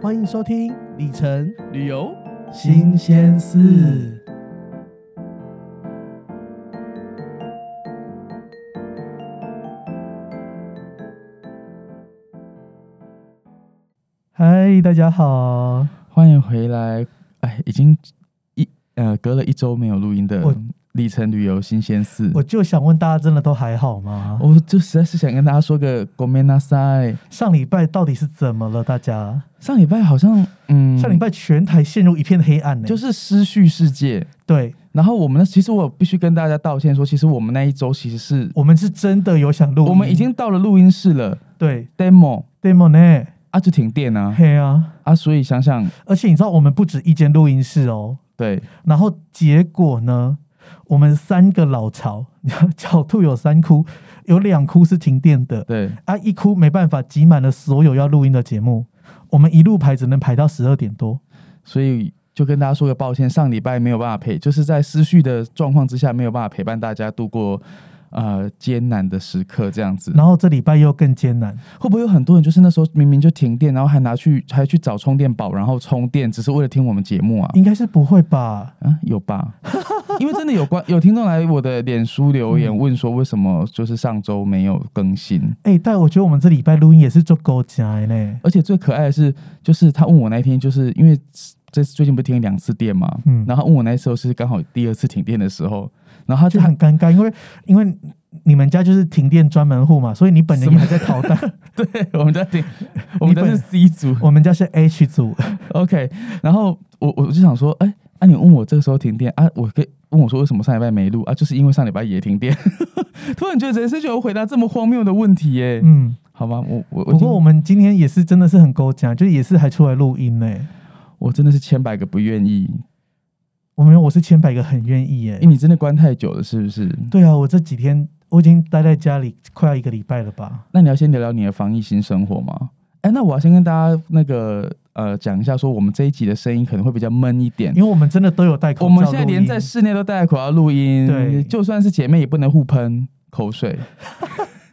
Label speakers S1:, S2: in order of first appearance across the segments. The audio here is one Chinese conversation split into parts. S1: 欢迎收听里程
S2: 旅游
S1: 新鲜事。嗨，大家好，
S2: 欢迎回来。哎，已经一呃隔了一周没有录音的
S1: 我
S2: 历程旅游新鲜事。
S1: 我就想问大家，真的都还好吗？
S2: 我就实在是想跟大家说个 g o m e n a s a
S1: 上礼拜到底是怎么了？大家、
S2: 上礼拜好像嗯，
S1: 上礼拜全台陷入一片黑暗呢、
S2: 就是失序世界。
S1: 对
S2: 然后我们呢，其实我必须跟大家道歉说，其实我们那一周其实是
S1: 我们是真的有想录音，
S2: 我们已经到了录音室了
S1: 对
S2: ，demo
S1: demo 呢，
S2: 啊就停电啊
S1: 嘿啊！
S2: 啊，所以想想
S1: 而且你知道，我们不止一间录音室哦。
S2: 对
S1: 然后结果呢，我们三个老巢， 狡兔有三窟，有两窟是停电的
S2: 对，
S1: 啊，一窟没办法挤满了所有要录音的节目，我们一路排只能排到十二点多。
S2: 所以就跟大家说个抱歉，上礼拜没有办法陪，就是在失序的状况之下，没有办法陪伴大家度过呃艰难的时刻，这样子。
S1: 然后这礼拜又更艰难，
S2: 会不会有很多人就是那时候明明就停电，然后还拿去还去找充电宝，然后充电，只是为了听我们节目啊？
S1: 应该是不会吧？
S2: 啊， 有吧？ 因为真的有关有听众来我的脸书留言问说，为什么就是上周没有更新？
S1: 哎、但我觉得我们这礼拜录音也是做够加呢。
S2: 而且最可爱的是，就是他问我那一天，就是因为这最近不是停了两次电嘛，
S1: 嗯
S2: 然后他问我那时候是刚好第二次停电的时候，然后他
S1: 就
S2: 就
S1: 很尴尬，因为因为你们家就是停电专门户嘛，所以你本人也还在逃单，
S2: 对 我们在 停，我们家
S1: 本
S2: 是 C 组
S1: 我们家是 H 组，
S2: ，OK，然后我我就想说，哎、啊你问我这个时候停电啊，我可以问我说为什么上礼拜没录啊，就是因为上礼拜也停电， 突然觉得人生就有回答这么荒谬的问题耶、
S1: 嗯。
S2: 好吗？我我我已
S1: 不
S2: 经
S1: 过我们今天也是真的是很勾讲，就也是还出来录音呢、
S2: 我真的是千百个不愿意，哎
S1: 我没有，我是千百个很愿意耶、
S2: 因为你真的关太久了，是不是？
S1: 对啊，我这几天我已经待在家里快要一个礼拜了吧？
S2: 那你要先聊聊你的防疫新生活吗？哎，那我要先跟大家那个呃讲一下，说我们这一集的声音可能会比较闷一点。
S1: 因为我们真的都有戴口罩
S2: 嗯我们现在
S1: 录音
S2: 连在室内都戴口罩录音，
S1: 对
S2: 就算是姐妹也不能互喷口水。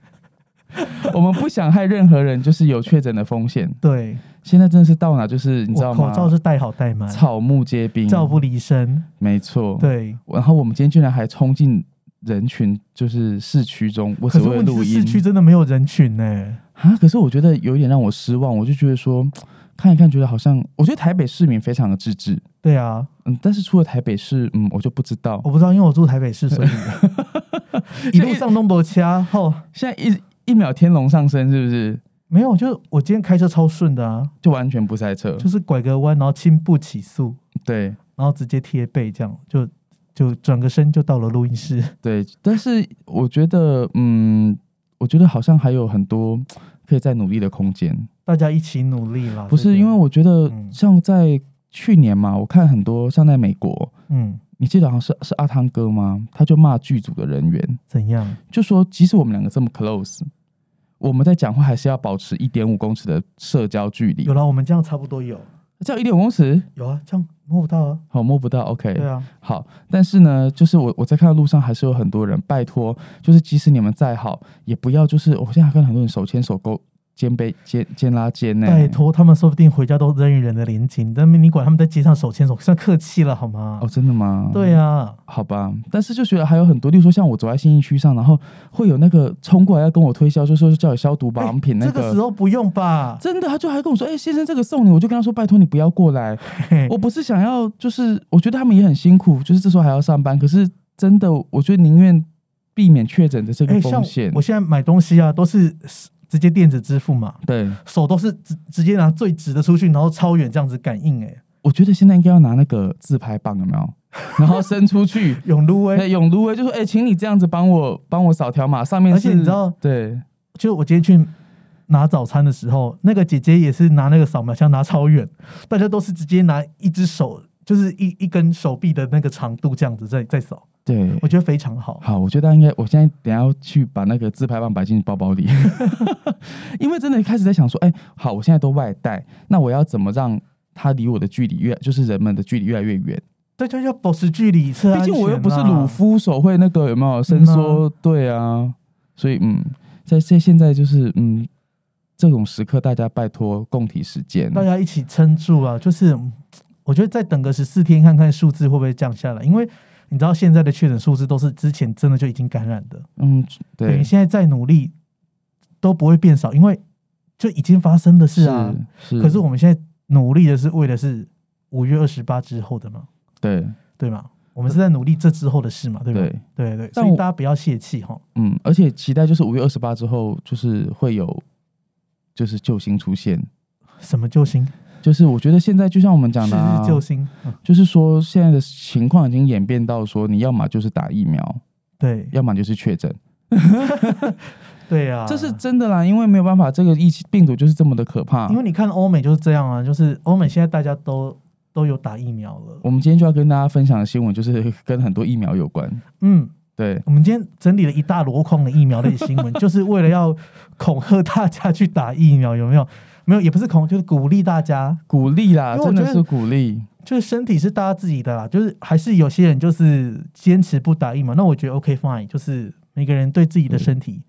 S2: 我们不想害任何人，就是有确诊的风险。
S1: 对，
S2: 现在真的是到哪就是你知道
S1: 我
S2: 吗？
S1: 口罩是戴好戴满，
S2: 草木皆兵，
S1: 罩不离身。
S2: 没错。
S1: 对，
S2: 然后我们今天居然还冲进人群，就是市区中，我
S1: 可
S2: 只
S1: 是
S2: 为了
S1: 问题
S2: 录
S1: 是
S2: 音
S1: 市。区真的没有人群呢、
S2: 啊，可是我觉得有一点让我失望，我就觉得说，看一看，觉得好像，我觉得台北市民非常的自治，
S1: 对啊，
S2: 嗯，但是除了台北市，嗯，我就不知道
S1: 我，不知道，因为我住台北 市，所以一路上东博掐后
S2: 现在一一秒天龙上升是不是？
S1: 没有，就是我今天开车超顺的啊，
S2: 就完全不塞车，
S1: 就是拐个弯，然后轻步起速，
S2: 对
S1: 然后直接贴背，这样就就转个身就到了录音室。
S2: 对，但是我觉得，嗯，我觉得好像还有很多可以再努力的空间，
S1: 大家一起努力啦！
S2: 不
S1: 这
S2: 是
S1: 个
S2: 因为我觉得
S1: 啊嗯
S2: 像在去年嘛，我看很多像在美国，
S1: 嗯
S2: 你记得好像是是阿汤哥吗？他就骂剧组的人员，
S1: 怎样？
S2: 就说即使我们两个这么 close，我们在讲话还是要保持一点五公尺的社交距离
S1: 有。啦，我们这样差不多有
S2: 这样一点五公尺，
S1: 有啊，这样摸不到啊。
S2: 好摸不到，OK，
S1: 对啊，
S2: 好。但是呢，就是我我在看到路上还是有很多人，拜托，就是即使你们再好，也不要就是我现在还看到很多人手牵手勾肩背肩肩拉肩呢、
S1: 拜托，他们说不定回家都人与人的连接，但你管他们在街上手牵手，算客气了好吗？
S2: 哦，真的吗？
S1: 对啊，
S2: 好吧，但是就觉得还有很多，例如说像我走在新义区上，然后会有那个冲过来要跟我推销，就说叫我消毒保养品那
S1: 哎这个时候不用吧？
S2: 真的，他就还跟我说：“哎、先生，这个送你。”我就跟他说：“拜托你不要过 来，我不是想要，就是我觉得他们也很辛苦，就是这时候还要上班。可是真的，我觉得宁愿避免确诊的这
S1: 哎、
S2: 个
S1: 像
S2: 风险。
S1: 我现在买东西啊，都是直接电子支付嘛，
S2: 对，
S1: 手都是直直接拿最直的出去，然后超远这样子感应、哎，，
S2: 我觉得现在应该要拿那个自拍棒，有没 有？然后伸出去
S1: 永路哎、
S2: 对，永如威就说：“哎、请你这样子帮我帮我扫条码，上面
S1: 而
S2: 是。”
S1: 且你知道，
S2: 对，
S1: 就我今天去拿早餐的时候，那个姐姐也是拿那个扫描枪拿超远，大家都是直接拿一只手，就是一一根手臂的那个长度这样子在在扫，
S2: 对，
S1: 我觉得非常好。
S2: 好，我觉得应该，我现在等一下要去把那个自拍棒摆进包包里， 因为真的开始在想说，哎、好，我现在都外带，那我要怎么让它离我的距离越，就是人们的距离越来越远？
S1: 大家要保持距离，啊吃
S2: 毕竟我又不是鲁，夫手绘那个有没有伸缩？对啊，所以嗯，在在现在就是嗯，这种时刻，大家拜托共体时间。
S1: 大家一起撑住啊！就是我觉得再等个十四天，看看数字会不会降下来，因为你知道现在的确诊数字都是之前真的就已经感染的，
S2: 嗯，
S1: 对，
S2: 对
S1: 你，现在再努力都不会变少，因为就已经发生的事啊。
S2: 是，
S1: 可是我们现在努力的是为的是五月二十八之后的嘛，
S2: 对
S1: 对吗？我们是在努力这之后的事嘛，对吧？
S2: 对，
S1: 对对，
S2: 但
S1: 所以
S2: 我
S1: 大家不要泄气哈。
S2: 嗯，而且期待就是五月二十八之后，就是会有就是救星出现。
S1: 什么救星？
S2: 就是我觉得现在就像我们讲的、啊
S1: 是，救星。嗯
S2: 就是说现在的情况已经演变到说，你要么就是打疫苗，
S1: 对
S2: 要么就是确诊，
S1: 对啊，
S2: 这是真的啦，因为没有办法，这个疫情病毒就是这么的可怕
S1: 因。为你看欧美就是这样啊，就是欧美现在大家都都有打疫苗了。
S2: 我们今天就要跟大家分享的新闻，就是跟很多疫苗有关。
S1: 嗯，
S2: 对，
S1: 我们今天整理了一大箩筐的疫苗类新闻，就是为了要恐吓大家去打疫苗，有没有？没有，也不是恐，就是鼓励大家。
S2: 鼓励啦，
S1: 因为我
S2: 真的
S1: 觉得
S2: 是鼓励。
S1: 就是身体是大家自己的啦，就是还是有些人就是坚持不打疫苗，那我觉得 OK fine，就是每个人对自己的身
S2: 嗯
S1: 体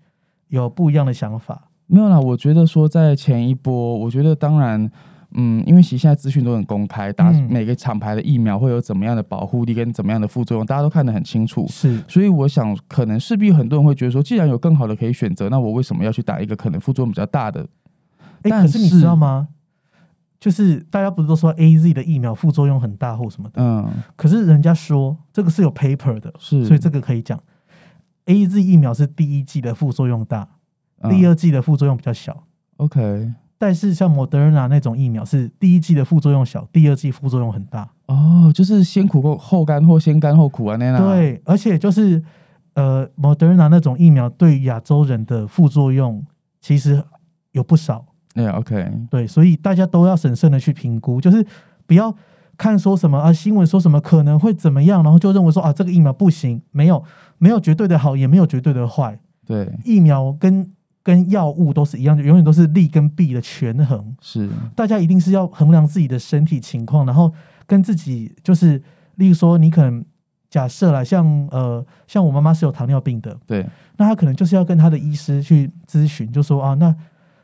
S1: 有不一样的想法。
S2: 没有啦，我觉得说在前一波，我觉得当然，嗯，因为其实现在资讯都很公开，打
S1: 嗯
S2: 每个厂牌的疫苗会有怎么样的保护力跟怎么样的副作用，大家都看得很清楚。
S1: 是，
S2: 所以我想，可能势必很多人会觉得说，既然有更好的可以选择，那我为什么要去打一个可能副作用比较大的？
S1: 哎、
S2: 但
S1: 可是你
S2: 是
S1: 知道吗？就是大家不是都说 A Z 的疫苗副作用很大或什么的，
S2: 嗯，
S1: 可是人家说这个是有 paper 的，
S2: 是，
S1: 所以这个可以讲。A Z 疫苗是第一季的副作用大，
S2: 嗯
S1: 第二季的副作用比较小。
S2: OK，
S1: 但是像 Moderna 那种疫苗是第一季的副作用小，第二季副作用很大。
S2: 哦，就是先苦后后甘或先甘后苦啊，那样。，
S1: 对，而且就是呃，Moderna 那种疫苗对亚洲人的副作用其实有不少，
S2: 哎、o k
S1: 对，所以大家都要审慎的去评估，就是不要看说什么啊，新闻说什么可能会怎么样，然后就认为说啊，这个疫苗不行，没有没有绝对的好，也没有绝对的坏，
S2: 对，
S1: 疫苗跟跟药物都是一样的，永远都是利跟弊的权衡。
S2: 是，
S1: 大家一定是要衡量自己的身体情况，然后跟自己就是，例如说你可能假设啦，像呃像我妈妈是有糖尿病的，
S2: 对，
S1: 那她可能就是要跟她的医师去咨询，就说啊，那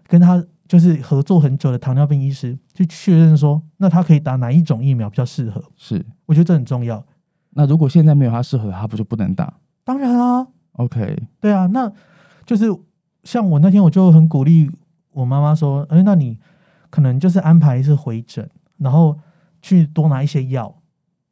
S1: 跟她就是合作很久的糖尿病医师去确认说，那她可以打哪一种疫苗比较适合？
S2: 是。
S1: 我觉得这很重要。
S2: 那如果现在没有它适合的，它不就不能打
S1: 当然啊，
S2: ？OK，
S1: 对啊，那就是像我那天我就很鼓励我妈妈说，哎、那你可能就是安排一次回诊，然后去多拿一些药，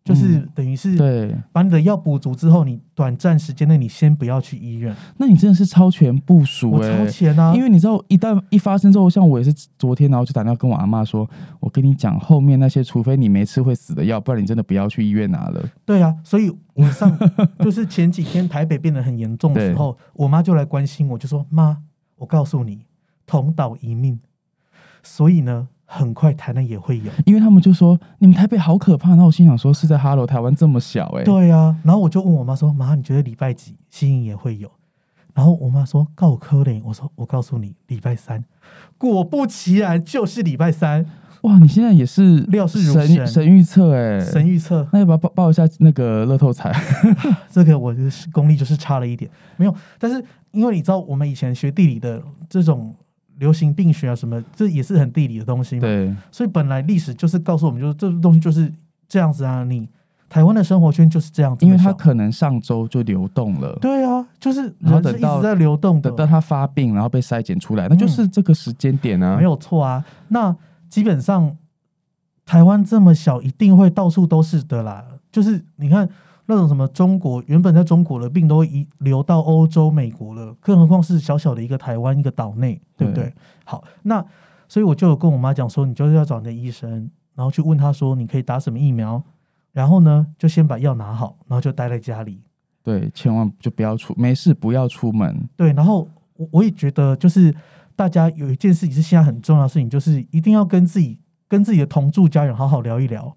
S1: 就是
S2: 嗯
S1: 等于是
S2: 对，
S1: 把你的药补足之后，你短暂时间内你先不要去医院，
S2: 那你真的是超前部署
S1: 我
S2: 哎、
S1: 超前啊，
S2: 因为你知道，一旦一发生之后，像我也是昨天，然后就打电话跟我阿妈说，我跟你讲，后面那些除非你没吃会死的药，不然你真的不要去医院拿了。
S1: 对啊，所以我上就是前几天台北变得很严重的时候，我妈就来关心我，就说妈，我告诉你，同岛一命，所以呢，很快台南也会有。
S2: 因为他们就说你们台北好可怕，然后我心想说是在哈喽，台湾这么小哎、
S1: 对啊，然后我就问我妈说：“妈，你觉得礼拜几新营也会有？”然后我妈说：“告科林。”我说：“我告诉你，礼拜三。”果不其然，就是礼拜 三。
S2: 哇，你现在也是
S1: 料事如神
S2: 神神预测哎，
S1: 神预测，
S2: 那要不要报报一下那个乐透 彩？
S1: 这个我就是功力就是差了一点，没有。但是因为你知道，我们以前学地理的这种流行病学啊什么，这也是很地理的东西嘛。
S2: 对，
S1: 所以本来历史就是告诉我们，就是这东西就是这样子啊。你台湾的生活圈就是这样子的小，
S2: 因为它可能上周就流动了，
S1: 对啊，就是
S2: 然后
S1: 人是
S2: 等
S1: 一
S2: 到
S1: 直在流动的
S2: 等。到它发病，然后被筛检出来，那就是这个时间点啊。
S1: 没有错啊。那基本上台湾这么小，一定会到处都是的啦。就是你看那种什么中国原本在中国的病都移流到欧洲、美国了，更何况是小小的一个台湾一个岛内，对不对？
S2: 对
S1: 好，那所以我就有跟我妈讲说，你就是要找你的医生，然后去问他说你可以打什么疫苗，然后呢就先把药拿好，然后就待在家里。
S2: 对，千万就不要出，没事不要出门。
S1: 对，然后我我也觉得，就是大家有一件事情是现在很重要的事情，就是一定要跟自己跟自己的同住家人好好聊一聊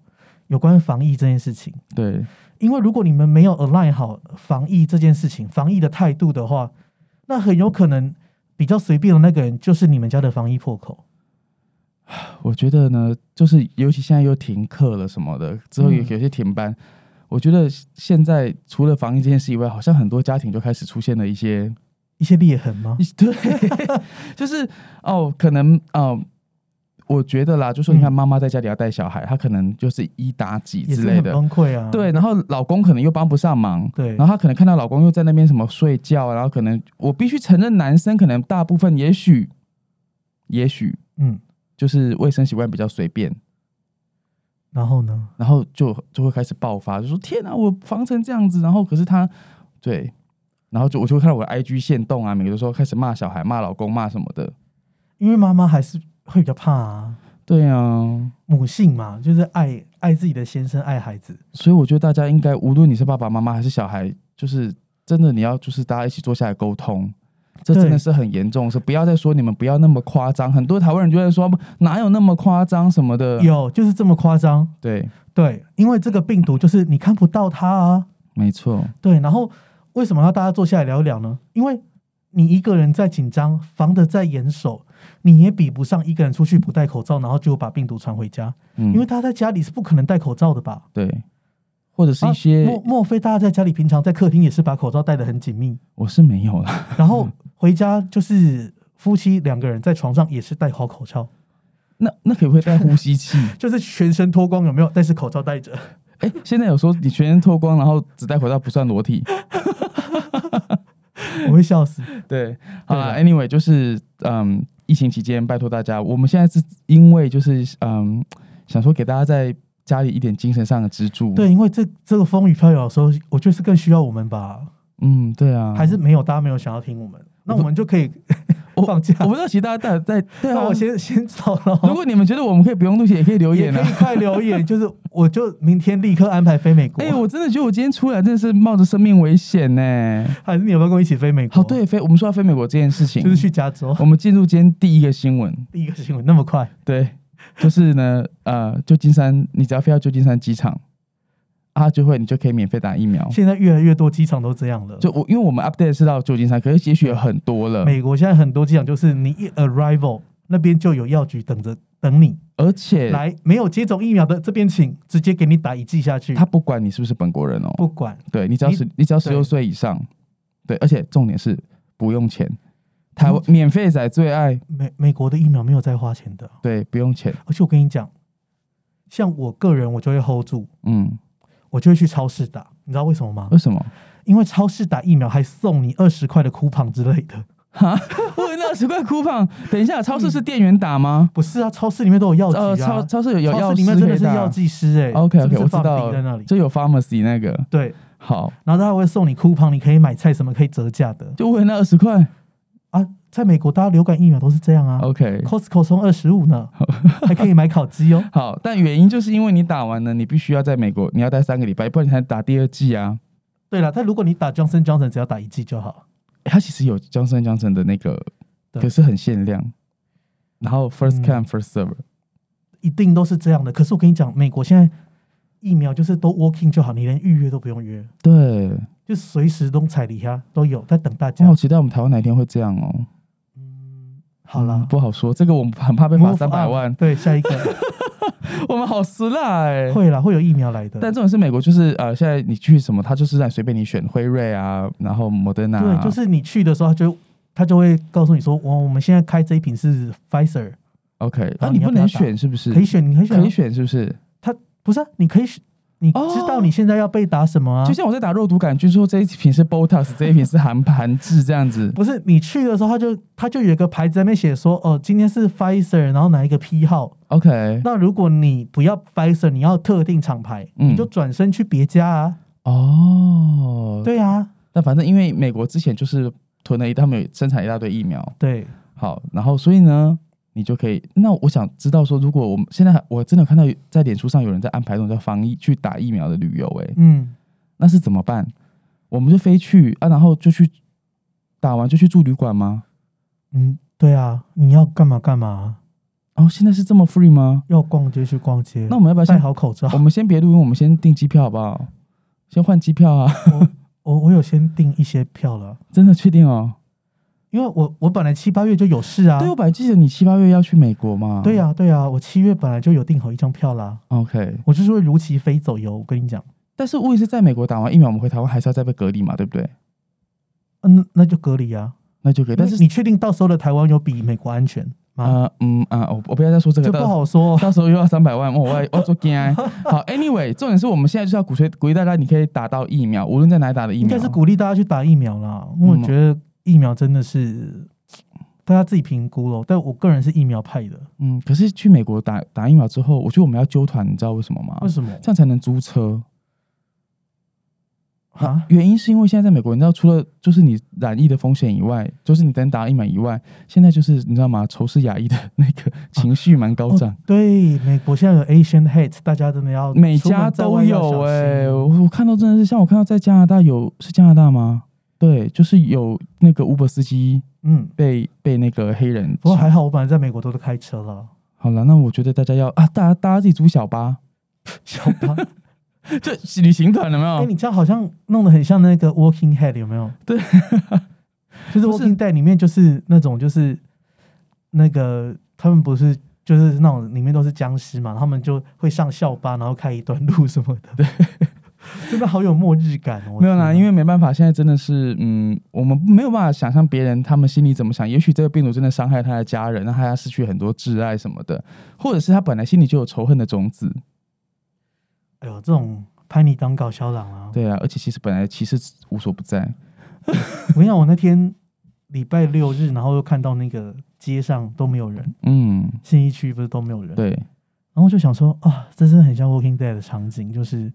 S1: 有关防疫这件事情。
S2: 对，
S1: 因为如果你们没有 align 好防疫这件事情、防疫的态度的话，那很有可能比较随便的那个人就是你们家的防疫破口。
S2: 我觉得呢，就是尤其现在又停课了什么的，之后有
S1: 嗯
S2: 有些停班， 我觉得现在除了防疫这件事以外，好像很多家庭就开始出现了一些
S1: 一些裂痕吗？
S2: 对，就是哦，可能哦。我觉得啦，就说你看，
S1: 嗯
S2: 妈妈在家里要带小孩，她可能就是一打几
S1: 也
S2: 之
S1: 是
S2: 类
S1: 很
S2: 的，
S1: 崩溃啊。
S2: 对，然后老公可能又帮不上忙，
S1: 对
S2: 然后她可能看到老公又在那边什么睡觉，然后可能我必须承认，男生可能大部分也许也许
S1: 嗯，
S2: 就是卫生习惯比较随便，
S1: 然后呢？
S2: 然后就就会开始爆发，就说天啊，我防成这样子，然后可是他对，然后就我就会看到我的 IG 限动啊，每个时候开始骂小孩、骂老公、骂什么的，
S1: 因为妈妈还是会比较怕啊，
S2: 对啊，
S1: 母性嘛，就是爱爱自己的先生，爱孩子。
S2: 所以我觉得大家应该无论你是爸爸妈妈还是小孩，就是真的你要就是大家一起坐下来沟通。这
S1: 对
S2: 真的是很严重，是不要再说你们不要那么夸张。很多台湾人就在说哪有那么夸张什么的，
S1: 有就是这么夸张，
S2: 对，
S1: 对，因为这个病毒就是你看不到它啊，
S2: 没错，
S1: 对。然后为什么要大家坐下来聊一聊呢？因为你一个人再紧张，防得再严守，你也比不上一个人出去不戴口罩，然后就把病毒传回家。
S2: 嗯，
S1: 因为大家在家里是不可能戴口罩的吧？
S2: 对，或者是一些、
S1: 啊莫莫非大家在家里平常在客厅也是把口罩戴得很紧密，
S2: 我是没有啦，
S1: 然后回家就是夫妻两个人在床上也是戴好口罩，
S2: 那那可不可以戴呼吸器？
S1: 就是全身脱光有没有？但是口罩戴着，
S2: 哎、现在有时候你全身脱光，然后只戴口罩不算 裸体。
S1: 我会笑死。
S2: 对，好了
S1: 对
S2: ，anyway，就是嗯，疫情期间，拜托大家，我们现在是因为就是嗯，想说给大家在家里一点精神上的支柱。，
S1: 对，因为这这个风雨飘摇的时候，我觉得是更需要我们吧，
S2: 嗯，对啊，
S1: 还是没有大家没有想要听我们，那我们就可以
S2: 我
S1: 放假
S2: 我。不知道，其实大家在在对
S1: 那
S2: 啊，
S1: 我先先走了
S2: 如
S1: 哦。
S2: 果你们觉得我们可以不用录，也可以留
S1: 也
S2: 言
S1: 可
S2: 啊
S1: 以。快留言， 就是我就明天立刻安排飞美国啊
S2: 哎、，我真的觉得我今天出来真的是冒着生命危险呢、
S1: 还是你有没有跟我一起飞美国？啊
S2: 好，，哦对，飞我们说到飞美国这件事情，
S1: 就是去加州。
S2: 我们进入今天第一个新闻。
S1: 第一个新闻那么快，
S2: 对，就是呢，呃，旧金山，你只要飞到旧金山机场，啊，就会你就可以免费打疫苗。
S1: 现在越来越多机场都这样了。
S2: 哦就呃我，因为我们 update 是到旧金山，可是也许有很多了，
S1: 美国现在很多机场就是你一 arrival 那边就有药局等着等你
S2: 而且
S1: 来，没有接种疫苗的这边请直接给你打一剂下去，
S2: 他不管你是不是本国人哦，
S1: 不管
S2: 对你只要
S1: 你
S2: 是你只要十六
S1: 对
S2: 岁以上，对，而且重点是不用钱，台湾免费仔最爱，
S1: 美美国的疫苗没有再花钱的。
S2: 对，不用钱，
S1: 而且我跟你讲，像我个人我就会 hold 住，
S2: 嗯，
S1: 我就会去超市打，你知道为什么吗？
S2: 为什么？
S1: 因为超市打疫苗还送你二十块的 coupon 之类的。
S2: 哈，为了十块 coupon，等一下，超市是店员打吗？
S1: 不是啊，超市里面都有药局啊，
S2: 呃，超超市有有
S1: 超市
S2: 药师
S1: 里面真
S2: 可
S1: 的
S2: 以
S1: 是
S2: 打
S1: 药剂师哎、
S2: OK
S1: 真的
S2: OK，
S1: 是
S2: 我知
S1: 放
S2: 道
S1: 病在那里。
S2: 就有 pharmacy 那个。
S1: 对，
S2: 好，
S1: 然后他还会送你 coupon，你可以买菜什么可以折价的。
S2: 就为了那二十块。
S1: 啊，在美国，大家流感疫苗都是这样啊。
S2: OK，
S1: Costco 送二十五 呢，还可以买烤鸡哦。
S2: 好，但原因就是因为你打完了，你必须要在美国，你要待三个礼拜，不然你才打第二季啊。
S1: 对了，但如果你打 Johnson Johnson，只要打一剂就好。
S2: 欸它其实有 Johnson Johnson 的那个，
S1: 对
S2: 可是很限量。然后 first
S1: 嗯
S2: come first serve，
S1: 一定都是这样的。可是我跟你讲，美国现在疫苗就是都 working 就好，你连预约都不用约，
S2: 对，
S1: 就随时都彩礼呀都有在等大
S2: 我
S1: 家
S2: 好。期待我们台湾哪一天会这样哦。
S1: 嗯，好
S2: 嗯
S1: 啦，
S2: 不好说，这个我们很怕被嗯罚
S1: Move
S2: 三百
S1: on
S2: 万，
S1: 对，下一个
S2: 我们好失辣哎、
S1: 会啦，会有疫苗来的。
S2: 但这种是美国，就是呃，现在你去什么，它就是让你随便你选辉瑞啊，然后摩登啊，
S1: 对，就是你去的时候，他就他就会告诉你说，我我们现在开这一瓶是 Pfizer，
S2: OK，
S1: 然
S2: 那
S1: 后
S2: 你
S1: 你要
S2: 不
S1: 不要
S2: 能
S1: 打
S2: 选是不是？
S1: 可以选，你可以选啊，
S2: 可以选是不是？
S1: 不是、啊，你可以选，你
S2: 哦
S1: 知道你现在要被打什么啊？
S2: 就像我在打肉毒杆菌，说这一瓶是 Botox，这一瓶是含含质这样子。
S1: 不是你去的时候，他就他就有一个牌子在那边写说，哦，今天是 Pfizer，然后哪一个批号？
S2: OK，
S1: 那如果你不要 Pfizer，你要特定厂牌，
S2: 嗯
S1: 你就转身去别家啊。
S2: 哦，，
S1: 对啊，
S2: 但反正因为美国之前就是囤了一大，他们有生产一大堆疫苗，
S1: 对，
S2: 好，然后所以呢，你就可以。那我想知道说，如果我们现在我真的有看到有在脸书上有人在安排那种叫防疫去打疫苗的旅游、欸，
S1: 嗯，
S2: 那是怎么办？我们就飞去啊，然后就去打完就去住旅馆吗？
S1: 嗯，对啊，你要干嘛干嘛，
S2: 哦，现在是这么 free 吗？
S1: 要逛街去逛街，
S2: 那我们要不要
S1: 戴
S2: 先
S1: 好口罩。
S2: 我们先别录音，我们先订机票好不好？先换机票啊！
S1: 我我我有先订一些票了，
S2: 真的确定哦？
S1: 因为我我本来七八月就有事啊
S2: 对，。哦我本来记得你七八月要去美国嘛。
S1: 对、呀、对呀、啊我七月本来就有订好一张票啦，
S2: OK，
S1: 我就是会如期飞走哟。我跟你讲，
S2: 但是问题是在美国打完疫苗，我们回台湾还是要再被隔离嘛，对不对？
S1: 嗯，那就隔离啊。
S2: 那就可以。但
S1: 因
S2: 是
S1: 为你确定到时候的台湾有比美国安全吗？
S2: 呃嗯啊、我我不要再说这个，
S1: 这
S2: 到
S1: 不好说。
S2: 到时候又要三百万，哦我要我做惊 哎。好，anyway，重点是我们现在就是要鼓吹鼓励大家，你可以打到疫苗，无论在哪里打的疫
S1: 应
S2: 苗嗯
S1: 该是。鼓励大家去打疫苗啦，因为我觉得疫苗真的是大家自己评估咯。但我个人是疫苗派的，
S2: 嗯，可是去美国打打疫苗之后，我觉得我们要揪团，你知道为什么吗？
S1: 为什么
S2: 这样才能租车。
S1: 啊？
S2: 原因是因为现在在美国，你知道，除了就是你染疫的风险以外，就是你单打疫苗以外，现在就是你知道吗？仇视亚裔的那个情绪蛮高涨，
S1: 对，美国现在有 Asian hate，大家真的要
S2: 每家都有哎、
S1: 哎、
S2: 我我看到真的是，像我看到在加拿大有是加拿大吗？对，就是有那个 Uber 司机
S1: 嗯，
S2: 被被那个黑人抢。
S1: 不过还好，我本来在美国都是开车 啦，
S2: 好了，那我觉得大家要啊，大家大家自己租小巴，
S1: 小巴。
S2: 这旅行团有没
S1: 哎、
S2: 有？
S1: 你这样好像弄得很像那个 Walking Head 有没有？
S2: 对，
S1: 就是
S2: 不是
S1: Walking Dead 里面就是那种就是那个他们不是就是那种里面都是僵尸嘛，他们就会上校巴，然后开一段路什么的。对， 真的好有末日感哦。
S2: 没有啦，因
S1: 为
S2: 为没办法，现在真的是，嗯，我们没有办法想象别人他们心里怎么想。也许这个病毒真的伤害他的家人，让他失去很多挚爱什么的，或者是他本来心里就有仇恨的种子。
S1: 哎呦，这种拍你当搞笑郎啊！
S2: 对啊，而且其实本来歧视无所不在。
S1: 我跟你讲，我那天礼拜六日，然后又看到那个街上都没有人，
S2: 嗯，
S1: 信义区不是都没有人，
S2: 对，
S1: 然后就想说啊，这真的很像《Walking Dead》的场景，就是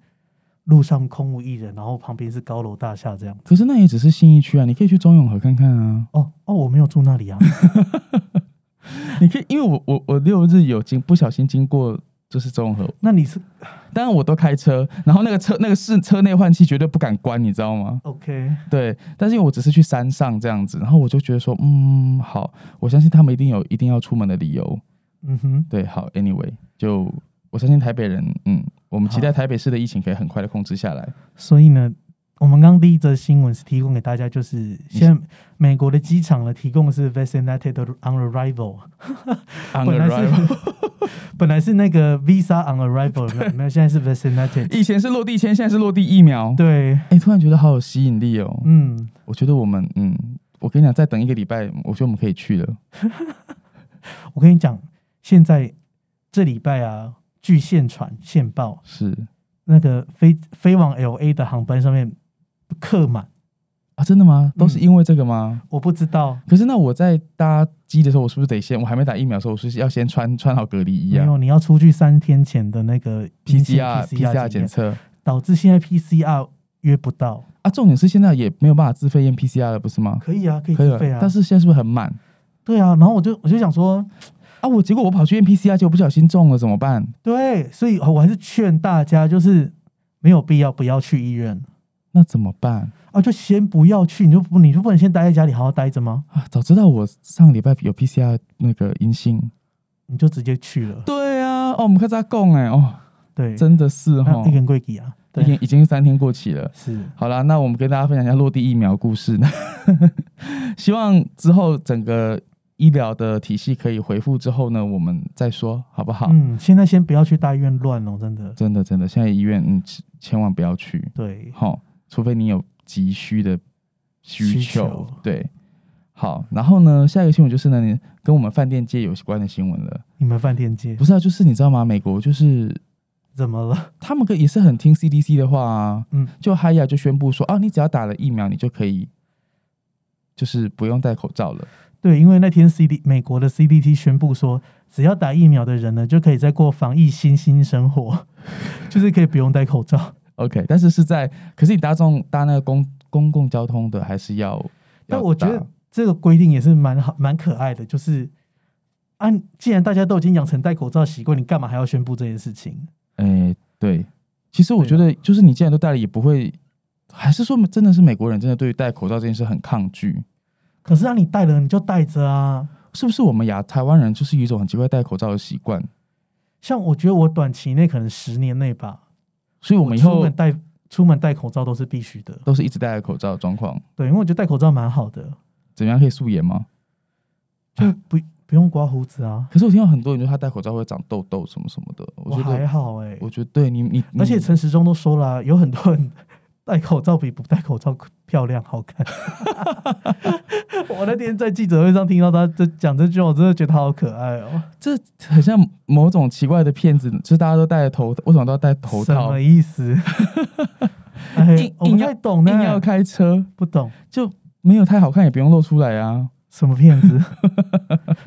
S1: 路上空无一人，然后旁边是高楼大厦这样。
S2: 可是那也只是新义区啊，你可以去中永和看看啊。
S1: 哦哦，我没有住那里啊。
S2: 你可以，因为我我我六日有经不小心经过。就是中永和，
S1: 那你是
S2: 当然我都开车，然后那个车那个是车内换气绝对不敢关，你知道吗？
S1: OK？
S2: 对，但是因为我只是去山上这样子，然后我就觉得说，嗯，好，我相信他们一定有一定要出门的理由。
S1: 嗯哼，
S2: 对，好，anyway，就我相信台北人，嗯，我们期待台北市的疫情可以很快的控制下来。
S1: 所以呢，我们刚刚第一则新闻是提供给大家，就是现在美国的机场呢，提供的是 vaccinated on arrival，
S2: On
S1: 本来
S2: arrival，
S1: 是 本来是那个 visa on arrival，有没 有没有，现在是 vaccinated。
S2: 以前是落地签，现在是落地疫苗。
S1: 对，
S2: 哎、突然觉得好有吸引力哦。
S1: 嗯，
S2: 我觉得我们，嗯，我跟你讲，再等一个礼拜，我觉得我们可以去了。
S1: 我跟你讲，现在这礼拜啊，据现传现报，
S2: 是
S1: 那个飞飞往 L A 的航班上面客满，
S2: 啊，真的吗？都是
S1: 嗯
S2: 因为这个吗？
S1: 我不知道，
S2: 可是那我在搭机的时候，我是不是得先？我还没打疫苗的时候，我是不是要先穿穿好隔离衣
S1: 没
S2: 啊
S1: 有，你要出去三天前的那个阴性
S2: ？PCR
S1: PCR
S2: 检
S1: 检测，
S2: 测。
S1: 导致现在 PCR 约不到。
S2: 啊，重点是现在也没有办法自费验 PCR 了，不是吗？
S1: 可以啊，可以
S2: 可以
S1: 自
S2: 了
S1: 费啊，
S2: 但是现在是不是很满
S1: 对啊，然后我就我就想说，
S2: 啊？我结果我跑去验 PCR，结果不小心中了，怎么办？
S1: 对，所以我还是劝大家，就是没有必要不要去医院
S2: 那怎么办
S1: 啊，就先不要去，你就不你就不能先待在家里好好待着吗？
S2: 啊？早知道我上礼拜有 PCR 那个阴性。
S1: 你就直接去了，
S2: 对啊，哦，我们开始在供哎，哦，
S1: 对，
S2: 真的哦是哈
S1: 那一，根贵几啊，
S2: 已
S1: 对，
S2: 经已经三天过期了。
S1: 是
S2: 好啦，那我们跟大家分享一下落地疫苗故事。 希望之后整个医疗的体系可以回复之后呢，我们再说好不好？
S1: 嗯，现在先不要去大医院乱哦，真的，
S2: 真的真的，现在医院嗯，千千万不要去。
S1: 对，
S2: 好、除非你有急需的需求。
S1: 需求
S2: 对，好，然后呢，下一个新闻就是呢，你跟我们饭店界有关的新闻了。
S1: 你们饭店街
S2: 不是啊，就是你知道吗？美国就是
S1: 怎么了？
S2: 他们可也是很听 CDC 的话啊，
S1: 嗯，
S2: 就嗨呀就宣布说，啊，你只要打了疫苗，你就可以。就是不用戴口罩了，
S1: 对，因为那天 C D 美国的 C D T 宣布说，只要打疫苗的人呢，就可以再过防疫新新生活， 就是可以不用戴 口罩。
S2: ，OK。但是是在，可是你搭中搭那个公公共交通的，还是要。要
S1: 但我觉得
S2: 搭
S1: 这个规定也是蛮好、蛮可爱的，就是啊，既然大家都已经养成戴口罩习惯，你干嘛还要宣布这件事情？
S2: 哎、对，其实我
S1: 对啊
S2: 觉得，就是你既然都戴了，也不会，还是说真的是美国人真的对于戴口罩这件事很抗拒，
S1: 可是让、啊你戴了，你就戴着啊。
S2: 是不是？我们亚台湾人就是有一种很奇怪戴口罩的习惯，
S1: 像我觉得我短期内可能十年内吧，
S2: 所以我们以
S1: 出
S2: 后
S1: 门戴出门戴口罩都是必须的。
S2: 都是一直戴着口罩的状况。
S1: 对，因为我觉得戴口罩蛮好的，
S2: 怎么样可以素颜吗？
S1: 就不不用刮胡子啊。
S2: 可是我听到很多人说他戴口罩会长痘痘什么什么的，
S1: 我
S2: 我觉
S1: 还
S2: 得，
S1: 好哎、
S2: 我觉得对你你，
S1: 而且
S2: 你
S1: 陈时中都说了啊、有很多人戴口罩比不戴口罩漂亮好看。 我那天在记者会上听到他这讲这句话，我真的觉得他好可爱哦。
S2: 这很像某种奇怪的骗子，就是大家都戴着头，为什么都要戴头
S1: 什
S2: 套
S1: 么？意 思？哎
S2: 硬，
S1: 我不
S2: 硬要
S1: 太懂
S2: 硬要
S1: 呢，
S2: 开车
S1: 不懂
S2: 就没有太好看，也不用露出来啊。
S1: 什么骗子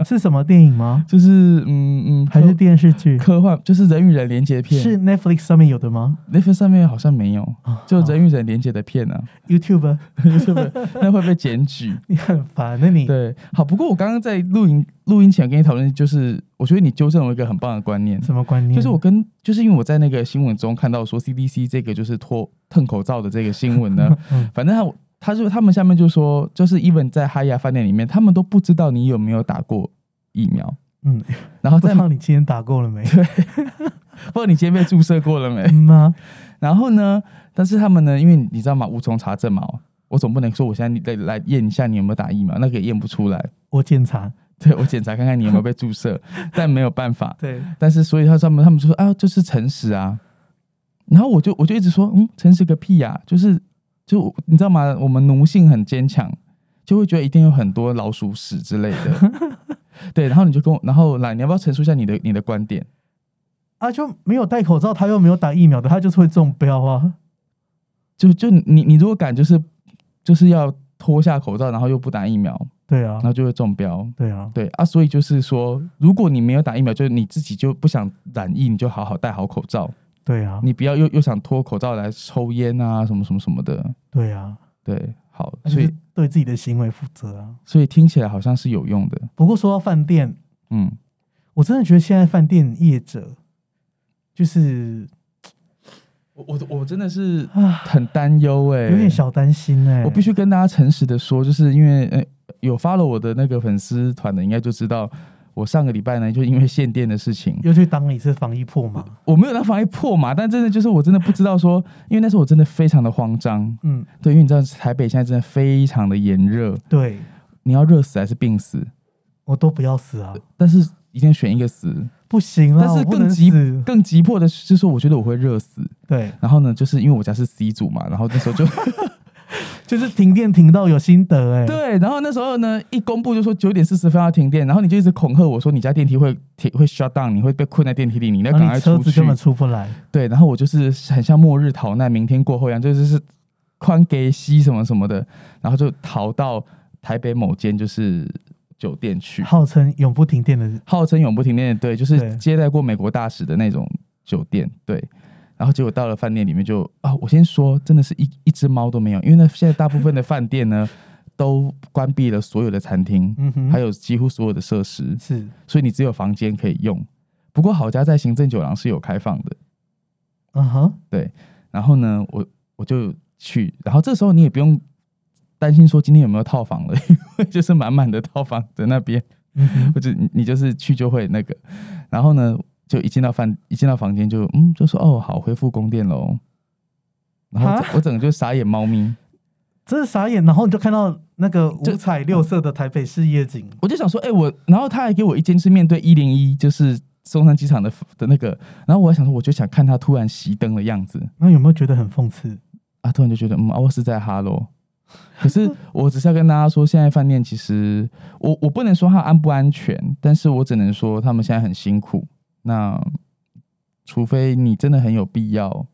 S1: 是什么电影吗？
S2: 就是嗯嗯，
S1: 还是
S2: 科
S1: 电视剧？
S2: 科幻，就是人与人连接片。
S1: 是 Netflix 上面有的吗？
S2: 那份上面好像没有，
S1: 啊
S2: 就人与人连接的片啊，
S1: YouTube，
S2: 是不是？那会被检 举。
S1: 你很烦那你
S2: 对，好。不过我刚刚在录音录音前跟你讨论，就是我觉得你纠正了我一个很棒的观念，
S1: 什么观念？
S2: 就是我跟就是因为我在那个新闻中看到说 CDC 这个就是脱吞口罩的这个新闻呢，
S1: 嗯
S2: 反正他他就他们下面就说，就是 even 在哈亚饭店里面，他们都不知道你有没有打过疫苗，
S1: 嗯，
S2: 然 后
S1: 不
S2: 在
S1: 知道你今天打够了没？
S2: 不知道你今天被注射过了没？
S1: 嗯吗？
S2: 然后呢，但是他们呢，因为你知道吗，无从查证嘛，我总不能说我现在来来验一下你有没有打疫苗，那个也验不出来。
S1: 我检查，
S2: 对我检查看看你有没有被注射， 但没有办法。
S1: 对，
S2: 但是所以他他们他们就说啊，就是诚实啊。然后我就我就一直说，嗯，诚实个屁呀、就是就你知道吗？我们奴性很坚强，就会觉得一定有很多老鼠屎之类的。 对，然后你就跟我，然后来，你要不要陈述一下你的你的观点？
S1: 啊，就没有戴口罩，他又没有打疫苗的，他就是会中标啊。
S2: 就就你你如果敢就是就是要脱下口罩，然后又不打疫苗，
S1: 对啊
S2: 然，后就会中标。
S1: 对啊，
S2: 对啊，所以就是说，如果你没有打疫苗，就是你自己就不想染疫，你就好好戴好口罩，
S1: 对啊，
S2: 你不要又又想脱口罩来抽烟啊，什么什么什么的。
S1: 对啊，
S2: 对，好，
S1: 所
S2: 所
S1: 以
S2: 以
S1: 对自己的行为负责啊。
S2: 所以听起来好像是有用的，
S1: 不过说到饭店，
S2: 嗯，
S1: 我真的觉得现在饭店业者就是
S2: 我我我真的是
S1: 啊，
S2: 很担忧哎，
S1: 有点小担心哎、
S2: 我必须跟大家诚实的说，就是因为呃，有 follow 我的那个粉丝团的，应该就知道，我上个礼拜呢，就因为限电的事情，
S1: 又去当了一次防疫破嘛。
S2: 我没有让防疫破嘛，但真的就是我真的不知道说，因为那时候我真的非常的慌张，
S1: 嗯，
S2: 对，因为你知道台北现在真的非常的炎热，
S1: 对
S2: 你要热死还是病死，
S1: 我都不要死啊，
S2: 但是一定选一个死。
S1: 不行啦，
S2: 但是
S1: 我不
S2: 更
S1: 能
S2: 急
S1: 死。
S2: 更急迫的是，就是我觉得我会热死，
S1: 对，
S2: 然后呢，就是因为我家是 C 组嘛，然后那时候 就
S1: 就是停电停到有心得哎、
S2: 对，然后那时候呢，一公布就说九点四十分要停电，然后你就一直恐吓我说你家电梯会停会 shut down，你会被困在电梯里，你要
S1: 然
S2: 赶
S1: 后
S2: 快
S1: 哦你车
S2: 出
S1: 子
S2: 去
S1: 根。本出不来。
S2: 对，然后我就是很像末日逃难，明天过后一样，就是是宽给西什么什么的，然后就逃到台北某间就是酒店去，
S1: 号称永不停电的，
S2: 号称永不停电的，对，就是
S1: 对
S2: 接待过美国大使的那种酒店，对。然后结果到了饭店里面就啊，我先说，真的是一一只猫都没有，因为呢，现在大部分的饭店呢 都关闭了所有的餐厅，
S1: 嗯哼，
S2: 还有几乎所有的设施，
S1: 是
S2: 所以你只有房间可以用。不过好家在行政酒廊是有开放的。
S1: 嗯哼，
S2: 然后呢，我我就去，然后这时候你也不用担心说今天有没有套房了， 因为就是满满的套房在那边，
S1: 嗯哼，
S2: 或者你你就是去就会那个。然后呢，就一进到饭一进到房间就嗯就说哦好恢复供电喽。然后我
S1: 啊
S2: 整我整个就傻眼猫咪，
S1: 真的傻眼。然哦后你就看到那个五
S2: 就
S1: 彩六色的台北市夜景，
S2: 我就想说，哎、我，然后他还给我一间是面对一零一，就是松山机场的的那个，然后我还想说，我就想看他突然熄灯的样子
S1: 那有没有觉得很讽刺？
S2: 啊，突然就觉得，嗯，啊、我是在哈喽。可是我只是要跟大家说，现在饭店其实我我不能说它安不安全，但是我只能说他们现在很辛苦。那除非你真的很有必要，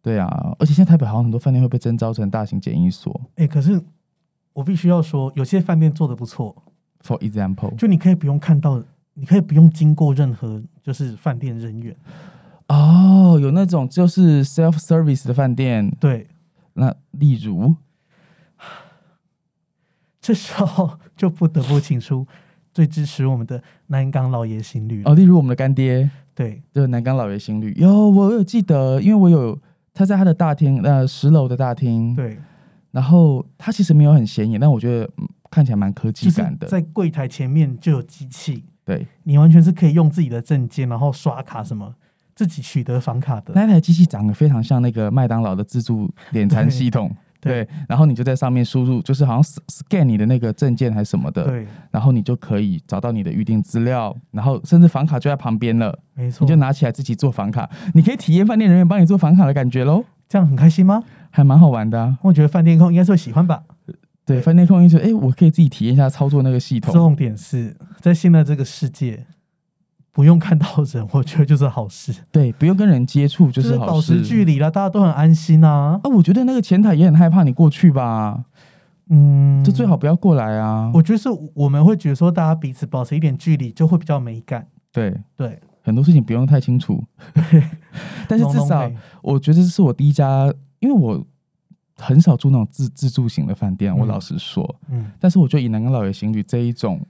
S2: 对啊，而且现在台北好像很多饭店会被征召成大型检疫所
S1: 哎、可是我必须要说，有些饭店做的不错，
S2: ，for example
S1: 就你可以不用看到，你可以不用经过任何就是饭店人员，
S2: 哦，有那种就是 self service 的饭店，
S1: 对，
S2: 那例如，
S1: 这时候就不得不请出最支持我们的南港老爷行旅了。
S2: 哦，例如我们的干爹，
S1: 对，
S2: 就是南港老爷新旅，有我有记得，因为我有他在他的大厅，呃，十楼的大厅，，
S1: 对，
S2: 然后他其实没有很显眼，但我觉得、嗯看起来蛮科技
S1: 就是
S2: 感的，
S1: 在柜台前面就有机器，
S2: 对，
S1: 你完全是可以用自己的证件，然后刷卡什么，自己取得房卡的。
S2: 那台机器长得非常像那个麦当劳的自助点餐
S1: 对
S2: 系统。
S1: 对
S2: 对，然后你就在上面输入，就是好像 s- scan 你的那个证件还是什么的，
S1: 对，
S2: 然后你就可以找到你的预定资料，然后甚至房卡就在旁边了，
S1: 没错，
S2: 你就拿起来自己做房卡，你可以体验饭店人员帮你做房卡的感觉喽。
S1: 这样很开心吗？
S2: 还蛮好玩的、啊。
S1: 我觉得饭店控应该是会喜欢吧。
S2: 对，饭店控音说，哎，我可以自己体验一下操作那个系统。
S1: 重点是在现在这个世界，不用看到人，我觉得就是好事，
S2: 对，不用跟人接触
S1: 就
S2: 就
S1: 是是
S2: 好
S1: 保
S2: 事。
S1: 持距离啦，大家都很安心啊。
S2: 啊，我觉得那个前台也很害怕你过去吧，
S1: 嗯，
S2: 就最好不要过来啊。
S1: 我觉得是我们会觉得说，大家彼此保持一点距离，就会比较美感。
S2: 对，
S1: 对，
S2: 很多事情不用太清 楚，但是
S1: 浓
S2: 至
S1: 浓
S2: 少
S1: 美
S2: 我觉得这是我第一家，因为我很少住那种自自助型的饭店，我
S1: 嗯
S2: 老实说。
S1: 嗯，
S2: 但是我觉得以南港老爷行旅这一种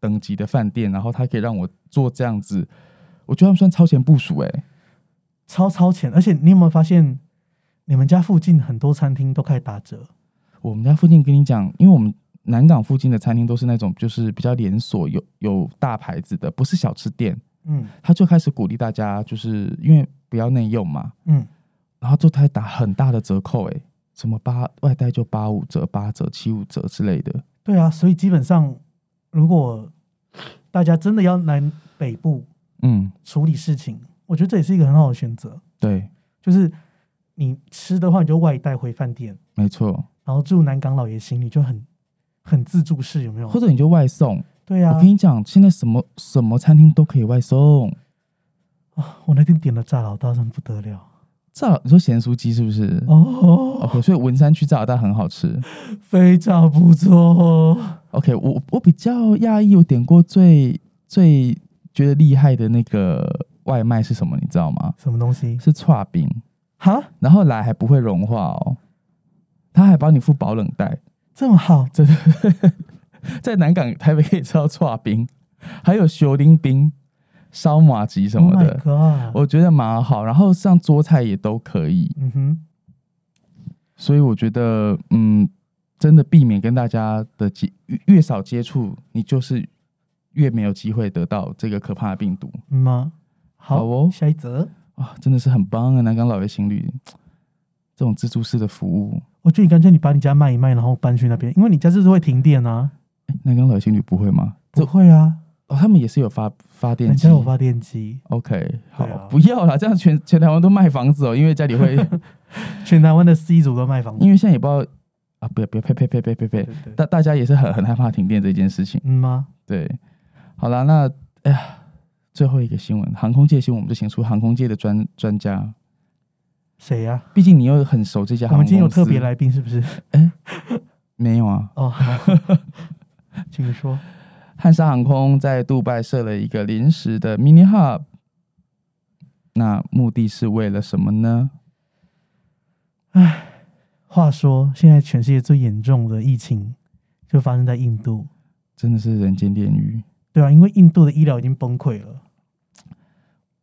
S2: 等级的饭店，然后它可以让我做这样子，我觉得他们算超前部署哎、
S1: 超超前。而且你有没有发现，你们家附近很多餐厅都开始打折？
S2: 我们家附近跟你讲，因为我们南港附近的餐厅都是那种就是比较连锁有有大牌子的，不是小吃店，
S1: 嗯
S2: 他就开始鼓励大家，就是因为不要内用嘛，
S1: 嗯，
S2: 然后就他打很大的折扣哎、什么八外带就八五折、八折、七五折之类的，
S1: 对啊。所以基本上，如果大家真的要来北部
S2: 嗯，
S1: 处理事情，我觉得这也是一个很好的选择。
S2: 对，
S1: 就是你吃的话，你就外带回饭店，
S2: 没错，
S1: 然后住南港老爷行，你就很很自助式，有没有
S2: 或？者你就外送，
S1: 哦对啊
S2: 我跟，你讲，现在什么什么餐厅都可以外送。
S1: 啊我那天点了炸老大，真的不得了
S2: 炸老，你说咸酥鸡是不是、
S1: 哦，
S2: o k 所以文山区炸老大很好吃。
S1: 非常不错。
S2: OK，我我比较讶异，我点过最最觉得厉害的那个外卖是什么？你知道吗？
S1: 什么东西？
S2: 是串冰，
S1: 哈，
S2: 然后来还不会融化哦，他还帮你付保冷袋。
S1: 这么好，真的
S2: 在南港、台北可以吃到串冰，还有修丁冰、烧马吉什么
S1: o
S2: 的
S1: h Oh my god！
S2: 我觉得蛮好。然后像桌菜也都可以。
S1: 嗯哼，
S2: 所以我觉得，嗯，真的避免跟大家的接越越少接触，你就是越没有机会得到这个可怕的病毒
S1: 嗯吗？好
S2: 好哦
S1: 下一则，
S2: 啊！真的是很棒啊，南港老爷情侣这种自助式的服务，
S1: 我觉得你干脆你把你家卖一卖，然后搬去那边，因为你家就是会停电啊。
S2: 诶南港老爷情侣不会吗？这
S1: 不会啊，
S2: 哦，他们也是有发发电
S1: 人
S2: 机
S1: 家。有发电机，
S2: OK，好，
S1: 对啊
S2: 不要啦，这样全全台湾都卖房子哦，因为家 里会，
S1: 全台湾的 C 组都卖房子。
S2: 因为现在也不知道啊，不要不要，呸呸呸呸呸
S1: 对
S2: 呸，
S1: 对对
S2: 大大家也是很很害怕停电这件事情。
S1: 嗯吗？
S2: 对，好啦，那哎呀，最后一个新闻，航空界新闻，我们就请出航空界的专专家。
S1: 谁呀、
S2: 毕竟你又很熟这家
S1: 我
S2: 航空
S1: 们今天有
S2: 公司
S1: 特别来宾是不是？
S2: 没有啊？
S1: 哦，好， 请说。
S2: 汉莎航空在杜拜设了一个临时的 mini hub，那目的是为了什么呢？
S1: 话说，现在全世界最严重的疫情就发生在印度，
S2: 真的是人间炼狱。
S1: 对啊，因为印度的医疗已经崩溃了。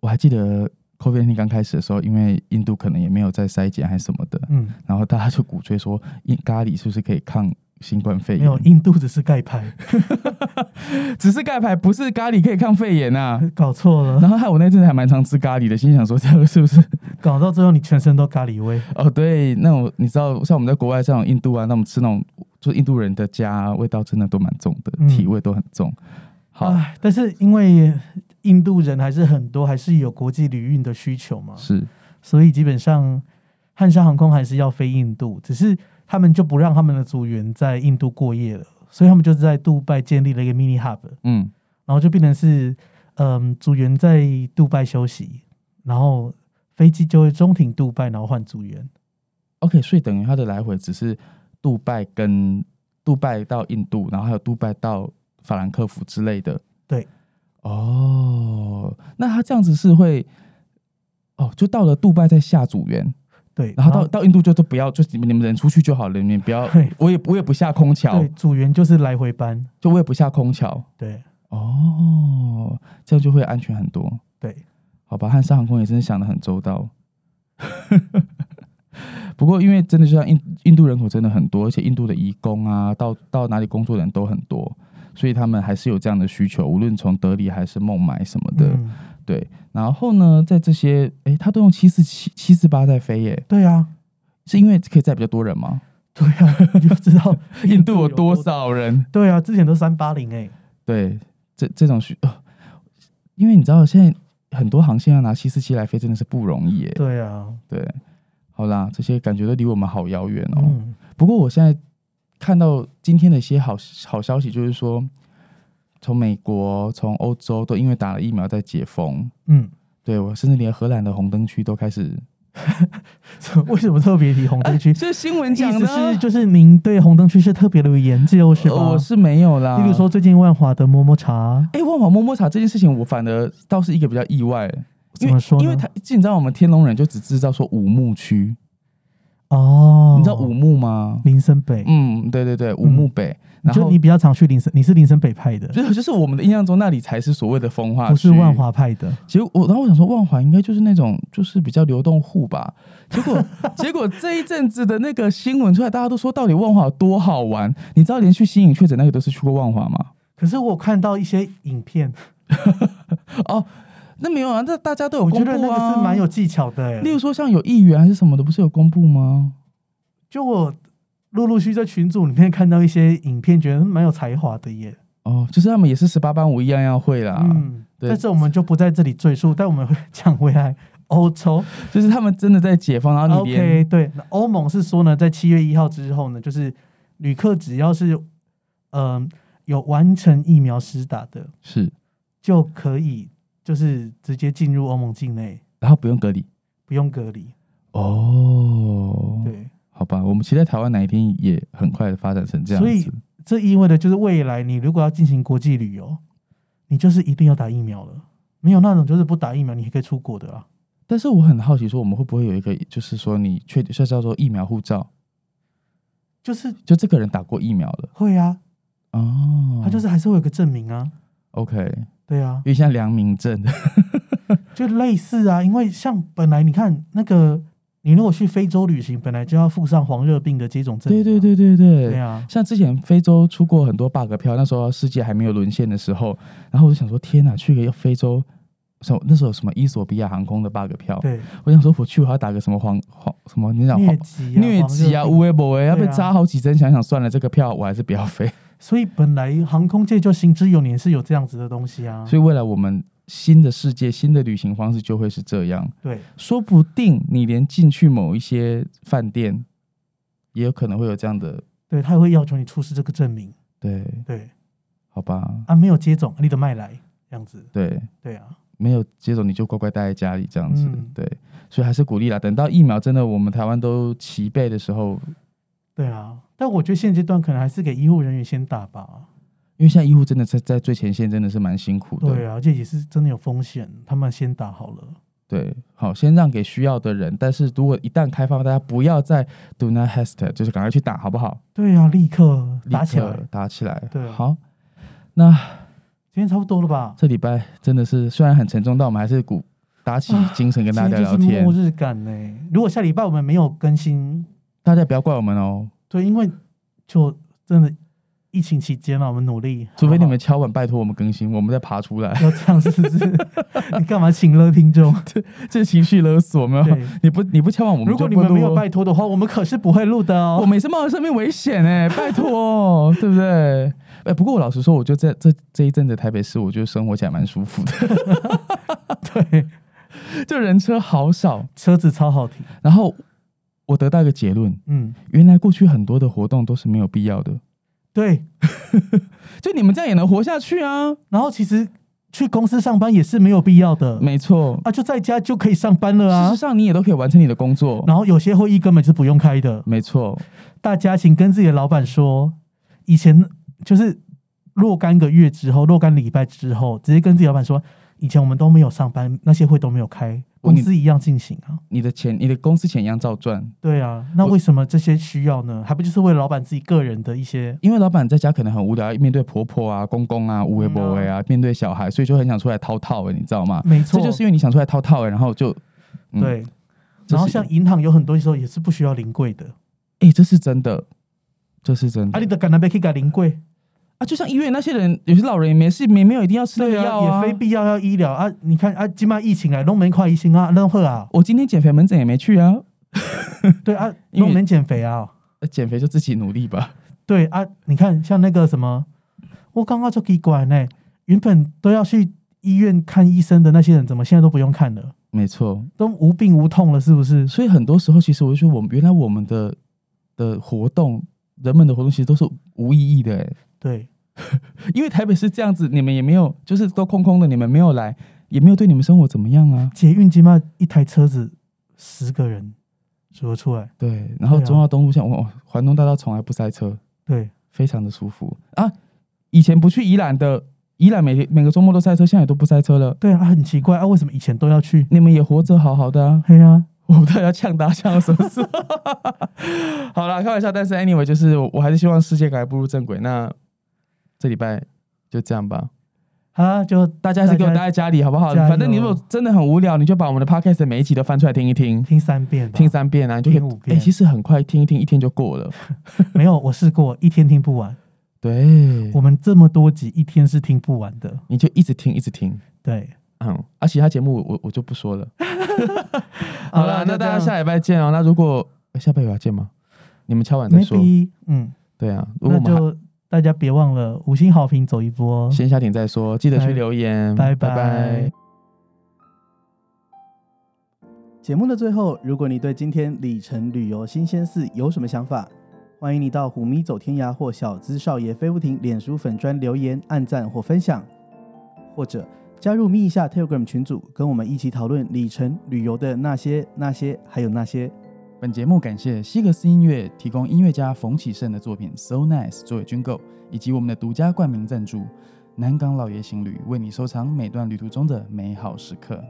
S2: 我还记得 COVID 刚开始的时候，因为印度可能也没有在筛检还是什么的，
S1: 嗯，
S2: 然后大家就鼓吹说，印咖喱是不是可以抗新冠肺
S1: 没有，
S2: 炎？
S1: 印度只是盖牌，
S2: 只是盖牌，不是咖喱可以抗肺炎啊！
S1: 搞错了，
S2: 然后害我那阵子还蛮常吃咖喱的，心想说这个是不是？
S1: 搞到最后你全身都咖喱味。
S2: 哦，对，那种你知道，像我们在国外这种印度啊，那我们吃那种就是印度人的家，啊味道真的都蛮重的，
S1: 嗯啊
S2: 体味都很重。好，
S1: 唉，但是因为印度人还是很多，还是有国际旅运的需求嘛，
S2: 是
S1: 所以基本上汉莎航空还是要飞印度，只是他们就不让他们的组员在印度过夜了，所以他们就在杜拜建立了一个 mini hub。
S2: 嗯，
S1: 然后就变成是，嗯，组员在杜拜休息，然后飞机就会中停杜拜，然后换组员。
S2: ，OK，所以等于它的来回只是杜拜跟杜拜到印度，然后还有杜拜到法兰克福之类的。
S1: 对，
S2: 哦，那它这样子是会哦，就到了杜拜再下组员，
S1: 对，
S2: 然后到到印度就都不要，就你们人出去就好了，你们不要
S1: 嘿，
S2: 我也我也不下空桥
S1: 对，组员就是来回班，
S2: 就我也不下空桥。
S1: 对
S2: 哦，这样就会安全很多，
S1: 对，
S2: 好吧？汉莎航空也真的想的很周到。 不过，因为真的就像印印度人口真的很多，而且印度的移工啊，到到哪里工作的人都很多，所以他们还是有这样的需求，无论从德里还是孟买什么的，
S1: 嗯，
S2: 哦对。然后呢，在这些，诶，他都用七四七七四八在飞耶，
S1: 对啊，
S2: 是因为可以载比较多人吗？
S1: 对啊， 你就知道
S2: 印度有多
S1: 少？
S2: 少人？
S1: 对啊，之前都三八零哎，
S2: 对，这这种需、哦，因为你知道现在很多航线要拿七四七来飞，真的是不容易耶。
S1: 对啊，
S2: 对，好啦，这些感觉都离我们好遥远哦。
S1: 嗯，
S2: 不过我现在看到今天的一些好好消息，就是说，从美国、从欧洲都因为打了疫苗在解封，
S1: 嗯，
S2: 对我甚至连荷兰的红灯区都开始。
S1: 为什么特别提红灯 区？
S2: 这新闻
S1: 意思是，就
S2: 就
S1: 是您对红灯区是特别的有研究，是吧
S2: 呃我？哦是啊没有啦。
S1: 例如说，，最近万华的摸摸茶，
S2: 哎、万华摸摸茶这件事情，我反而倒是一个比较意外，因
S1: 怎
S2: 为
S1: 么说呢？
S2: 因为他，你知道我们天龙人就只知道说五木区，
S1: 哦，
S2: 你知道五木吗？
S1: 林森北，
S2: 嗯，对对对，五木北，然
S1: 就
S2: 后
S1: 嗯你比较常去林森，你是林森北派的，
S2: 就是就是我们的印象中那里才是所谓的风化区，
S1: 不是万华派的。
S2: 结果我，然后我想说万华应该就是那种就是比较流动户吧。结果结果这一阵子的那个新闻出来，大家都说到底万华有多好玩。你知道连续吸引确诊那个都是去过万华吗？
S1: 可是我看到一些影片，
S2: 哦，那没有啊，那大家都有
S1: 我觉
S2: 公布
S1: 得
S2: 啊，
S1: 那个是蛮有。技巧的欸。
S2: 例如说像有议员还是什么的，不是有公布吗？
S1: 就我陆陆续在群组里面看到一些影片，觉得蛮有才华的耶。
S2: 哦，就是他们也是十八般武艺样样会啦，
S1: 嗯，
S2: 啊对
S1: 但是我们就不在这里赘述，但我们会讲回来欧洲。啊
S2: 就是他们真的在解放，然后你连
S1: OK，对，那欧盟是说呢，在七月一号之后呢，就是旅客只要是嗯、有完成疫苗施打的，
S2: 是，
S1: 就可以就是直接进入欧盟境内，
S2: 然后不用隔离
S1: 不用隔离。
S2: 哦。
S1: 对，
S2: 好吧，我们期待台湾哪一天也很快的发展成这样
S1: 所以
S2: 子。
S1: 这意味着就是未来你如果要进行国际旅游，你就是一定要打疫苗了。没有那种就是不打疫苗你还可以出国的啊。
S2: 但是我很好奇，说我们会不会有一个，就是说你确定，就叫做疫苗护照，
S1: 就是
S2: 就这个人打过疫苗了
S1: 会啊，
S2: 哦，
S1: 他就是还是会有个证明啊。
S2: OK，有
S1: 对啊，
S2: 点像良民证
S1: 就类似啊，因为像本来你看那个，你如果去非洲旅行，本来就要附上黄热病的接种证明、啊
S2: 对对，对对对，
S1: 对啊，
S2: 像之前非洲出过很多 bug 票，那时候世界还没有沦陷的时候，然后我就想说，天哪，去个非洲。什么那时候有什么伊索比亚航空的 bug 票，
S1: 对，
S2: 我想说我去我要打个什么黄黄什么，你想
S1: 疟
S2: 哦黄
S1: 疾啊，
S2: 疟疾啊，
S1: 黄
S2: 乌
S1: 热病
S2: 龟博哎，要被
S1: 对啊
S2: 扎好几针，想想算了，这个票我还是不要飞。
S1: 所以本来航空界就行之有年是有这样子的东西啊。
S2: 所以未来我们新的世界、新的旅行方式就会是这样，
S1: 对，
S2: 说不定你连进去某一些饭店，也有可能会有这样的，
S1: 对他也会要求你出示这个证明。
S2: 对，
S1: 对
S2: 好吧，
S1: 啊，没有接种，你的麦来这样子。
S2: 对，
S1: 对啊，
S2: 没有接种你就乖乖待在家里这样子，
S1: 嗯
S2: 对，所以还是鼓励啦。等到疫苗真的我们台湾都齐备的时候，
S1: 对啊。但我觉得现阶段可能还是给医护人员先打吧。
S2: 因为现在医护真的在在最前线真的是蛮辛苦的，
S1: 对啊，而且也是真的有风险，他们先打好了。
S2: 对，好，先让给需要的人，但是如果一旦开放，大家不要再 do not hesitate，就是赶快去打，好不好？
S1: 对啊，立刻打起来
S2: 立刻。打起来，
S1: 对啊
S2: 好，那。
S1: 今天差不多了吧？
S2: 这礼拜真的是虽然很沉重，但我们还是鼓打起精神跟大家聊聊
S1: 今天
S2: 天。
S1: 就是末日感呢、如果下礼拜我们没有更新，
S2: 大家不要怪我们哦，
S1: 对，因为就真的疫情期间了，啊我们努力，
S2: 除非你们
S1: 好
S2: 敲碗拜托我们更新，我们再爬出来。
S1: 不好要这样，是不 是？你干嘛请了听众？
S2: 这情绪勒索没有？
S1: 对，
S2: 你不你不敲碗，我们
S1: 如果你
S2: 就不
S1: 们没有
S2: 录哦，
S1: 拜托的话，我们可是不会录的
S2: 我
S1: 哦。
S2: 们也是冒着生命危险 哎、拜托哦，对不对？ 哎，不过我老实说，我觉得这这这一阵子台北市，我觉得生活起来蛮舒服的，
S1: 对，
S2: 就人车好少。
S1: 车子超好停，
S2: 然后我得到一个结论，
S1: 嗯，
S2: 原来过去很多的活动都是没有必要的，
S1: 对。
S2: 就你们这样也能活下去啊？
S1: 然后其实去公司上班也是没有必要的，
S2: 没错，
S1: 啊，就在家就可以上班了
S2: 事
S1: 啊
S2: 实。上，你也都可以完成你的工作。
S1: 然后有些会议根本是不用开的，
S2: 没错，
S1: 大家请跟自己的老板说，以前就是若干个月之后，若干礼拜之后，直接跟自己老板说，以前我们都没有上班，那些会都没有开，
S2: 我
S1: 公司一样进行啊。
S2: 你的钱，你的公司钱一样照赚。
S1: 对啊，那为什么这些需要呢？还不就是为了老板自己个人的一些
S2: 因为老板在家可能很无聊，面对婆婆啊、公公啊、无为不为啊，面对小孩，所以就很想出来掏套、欸，你知道吗？
S1: 嗯没
S2: 这
S1: 错，
S2: 就是因为你想出来掏套、欸，然后就、嗯，
S1: 对。
S2: 这是
S1: 然后像银行有很多时候也是不需要临柜的，
S2: 哎、这是真的，这是真
S1: 啊，
S2: 的啊
S1: 你的橄榄贝可以改临柜，
S2: 就像医院那些人，有些老人也没事，没没有一定要吃啊那个药
S1: 啊也非必要要医疗啊。你看啊，今麦疫情来，弄门快医生啊，弄会啊，
S2: 我今天减肥门诊也没去啊，
S1: 对啊，
S2: 因为
S1: 弄门减肥啊，
S2: 呃减肥就自己努力吧。
S1: 对啊，你看像那个什么，我刚刚就奇怪呢，原本都要去医院看医生的那些人，怎么现在都不用看了？
S2: 没错。
S1: 都无病无痛了，是不是？
S2: 所以很多时候，其实我就觉得，我们原来我们的的活动，人们的活动其实都是无意义的、欸，
S1: 对，
S2: 因为台北是这样子，你们也没有，就是都空空的，你们没有来，也没有对你们生活怎么样啊。
S1: 捷运起码一台车子十个人数得出来，
S2: 对，然后
S1: 对啊
S2: 中华东路像我、哦环东大道从来不塞车，
S1: 对，
S2: 非常的舒服啊。以前不去宜兰的，宜兰每天每个周末都塞车，现在也都不塞车了。
S1: 对啊，很奇怪啊，为什么以前都要去？
S2: 你们也活着好好的啊，
S1: 嘿啊，
S2: 我不知道要呛他呛到什么时候。 好啦，开玩笑，但是 anyway，就是我我还是希望世界赶快步入正轨。那这礼拜就这样吧，
S1: 啊，就
S2: 大家还是给我待在家里好不好？
S1: 加油
S2: 反正你如果真的很无聊，你就把我们的 podcast 的每一集都翻出来听一听，
S1: 听三遍吧，
S2: 听三遍啊，你就可
S1: 听五
S2: 以。哎、
S1: 遍
S2: 其实很快听一听，一天就过了。
S1: 没有，我试过一天听不完，
S2: 对，
S1: 我们这么多集一天是听不完的，
S2: 你就一直听，一直听。
S1: 对，
S2: 嗯，啊，其他节目我我就不说了。好
S1: 啦
S2: 了，那
S1: 就这
S2: 大家
S1: 样
S2: 下礼拜见哦。那如果、哎下礼拜有要见吗？你们敲完再说。
S1: maybe 嗯，
S2: 对啊，如果
S1: 那
S2: 我们还
S1: 就大家别忘了五星好评走一波，
S2: 先下点再说，记得去
S1: 拜
S2: 留言，
S1: 拜
S2: 拜拜
S3: 节目的最后，如果你对今天里程旅游新鲜事有什么想法，欢迎你到虎咪走天涯或小资少爷飞不停脸书粉专留言、按赞或分享，或者加入咪一下 Telegram 群组，跟我们一起讨论里程旅游的那些、那些还有那些。
S2: 本节目感谢西格斯音乐提供音乐家冯启胜的作品《So Nice》作为军购，以及我们的独家冠名赞助南港老爷行旅，为你收藏每段旅途中的美好时刻。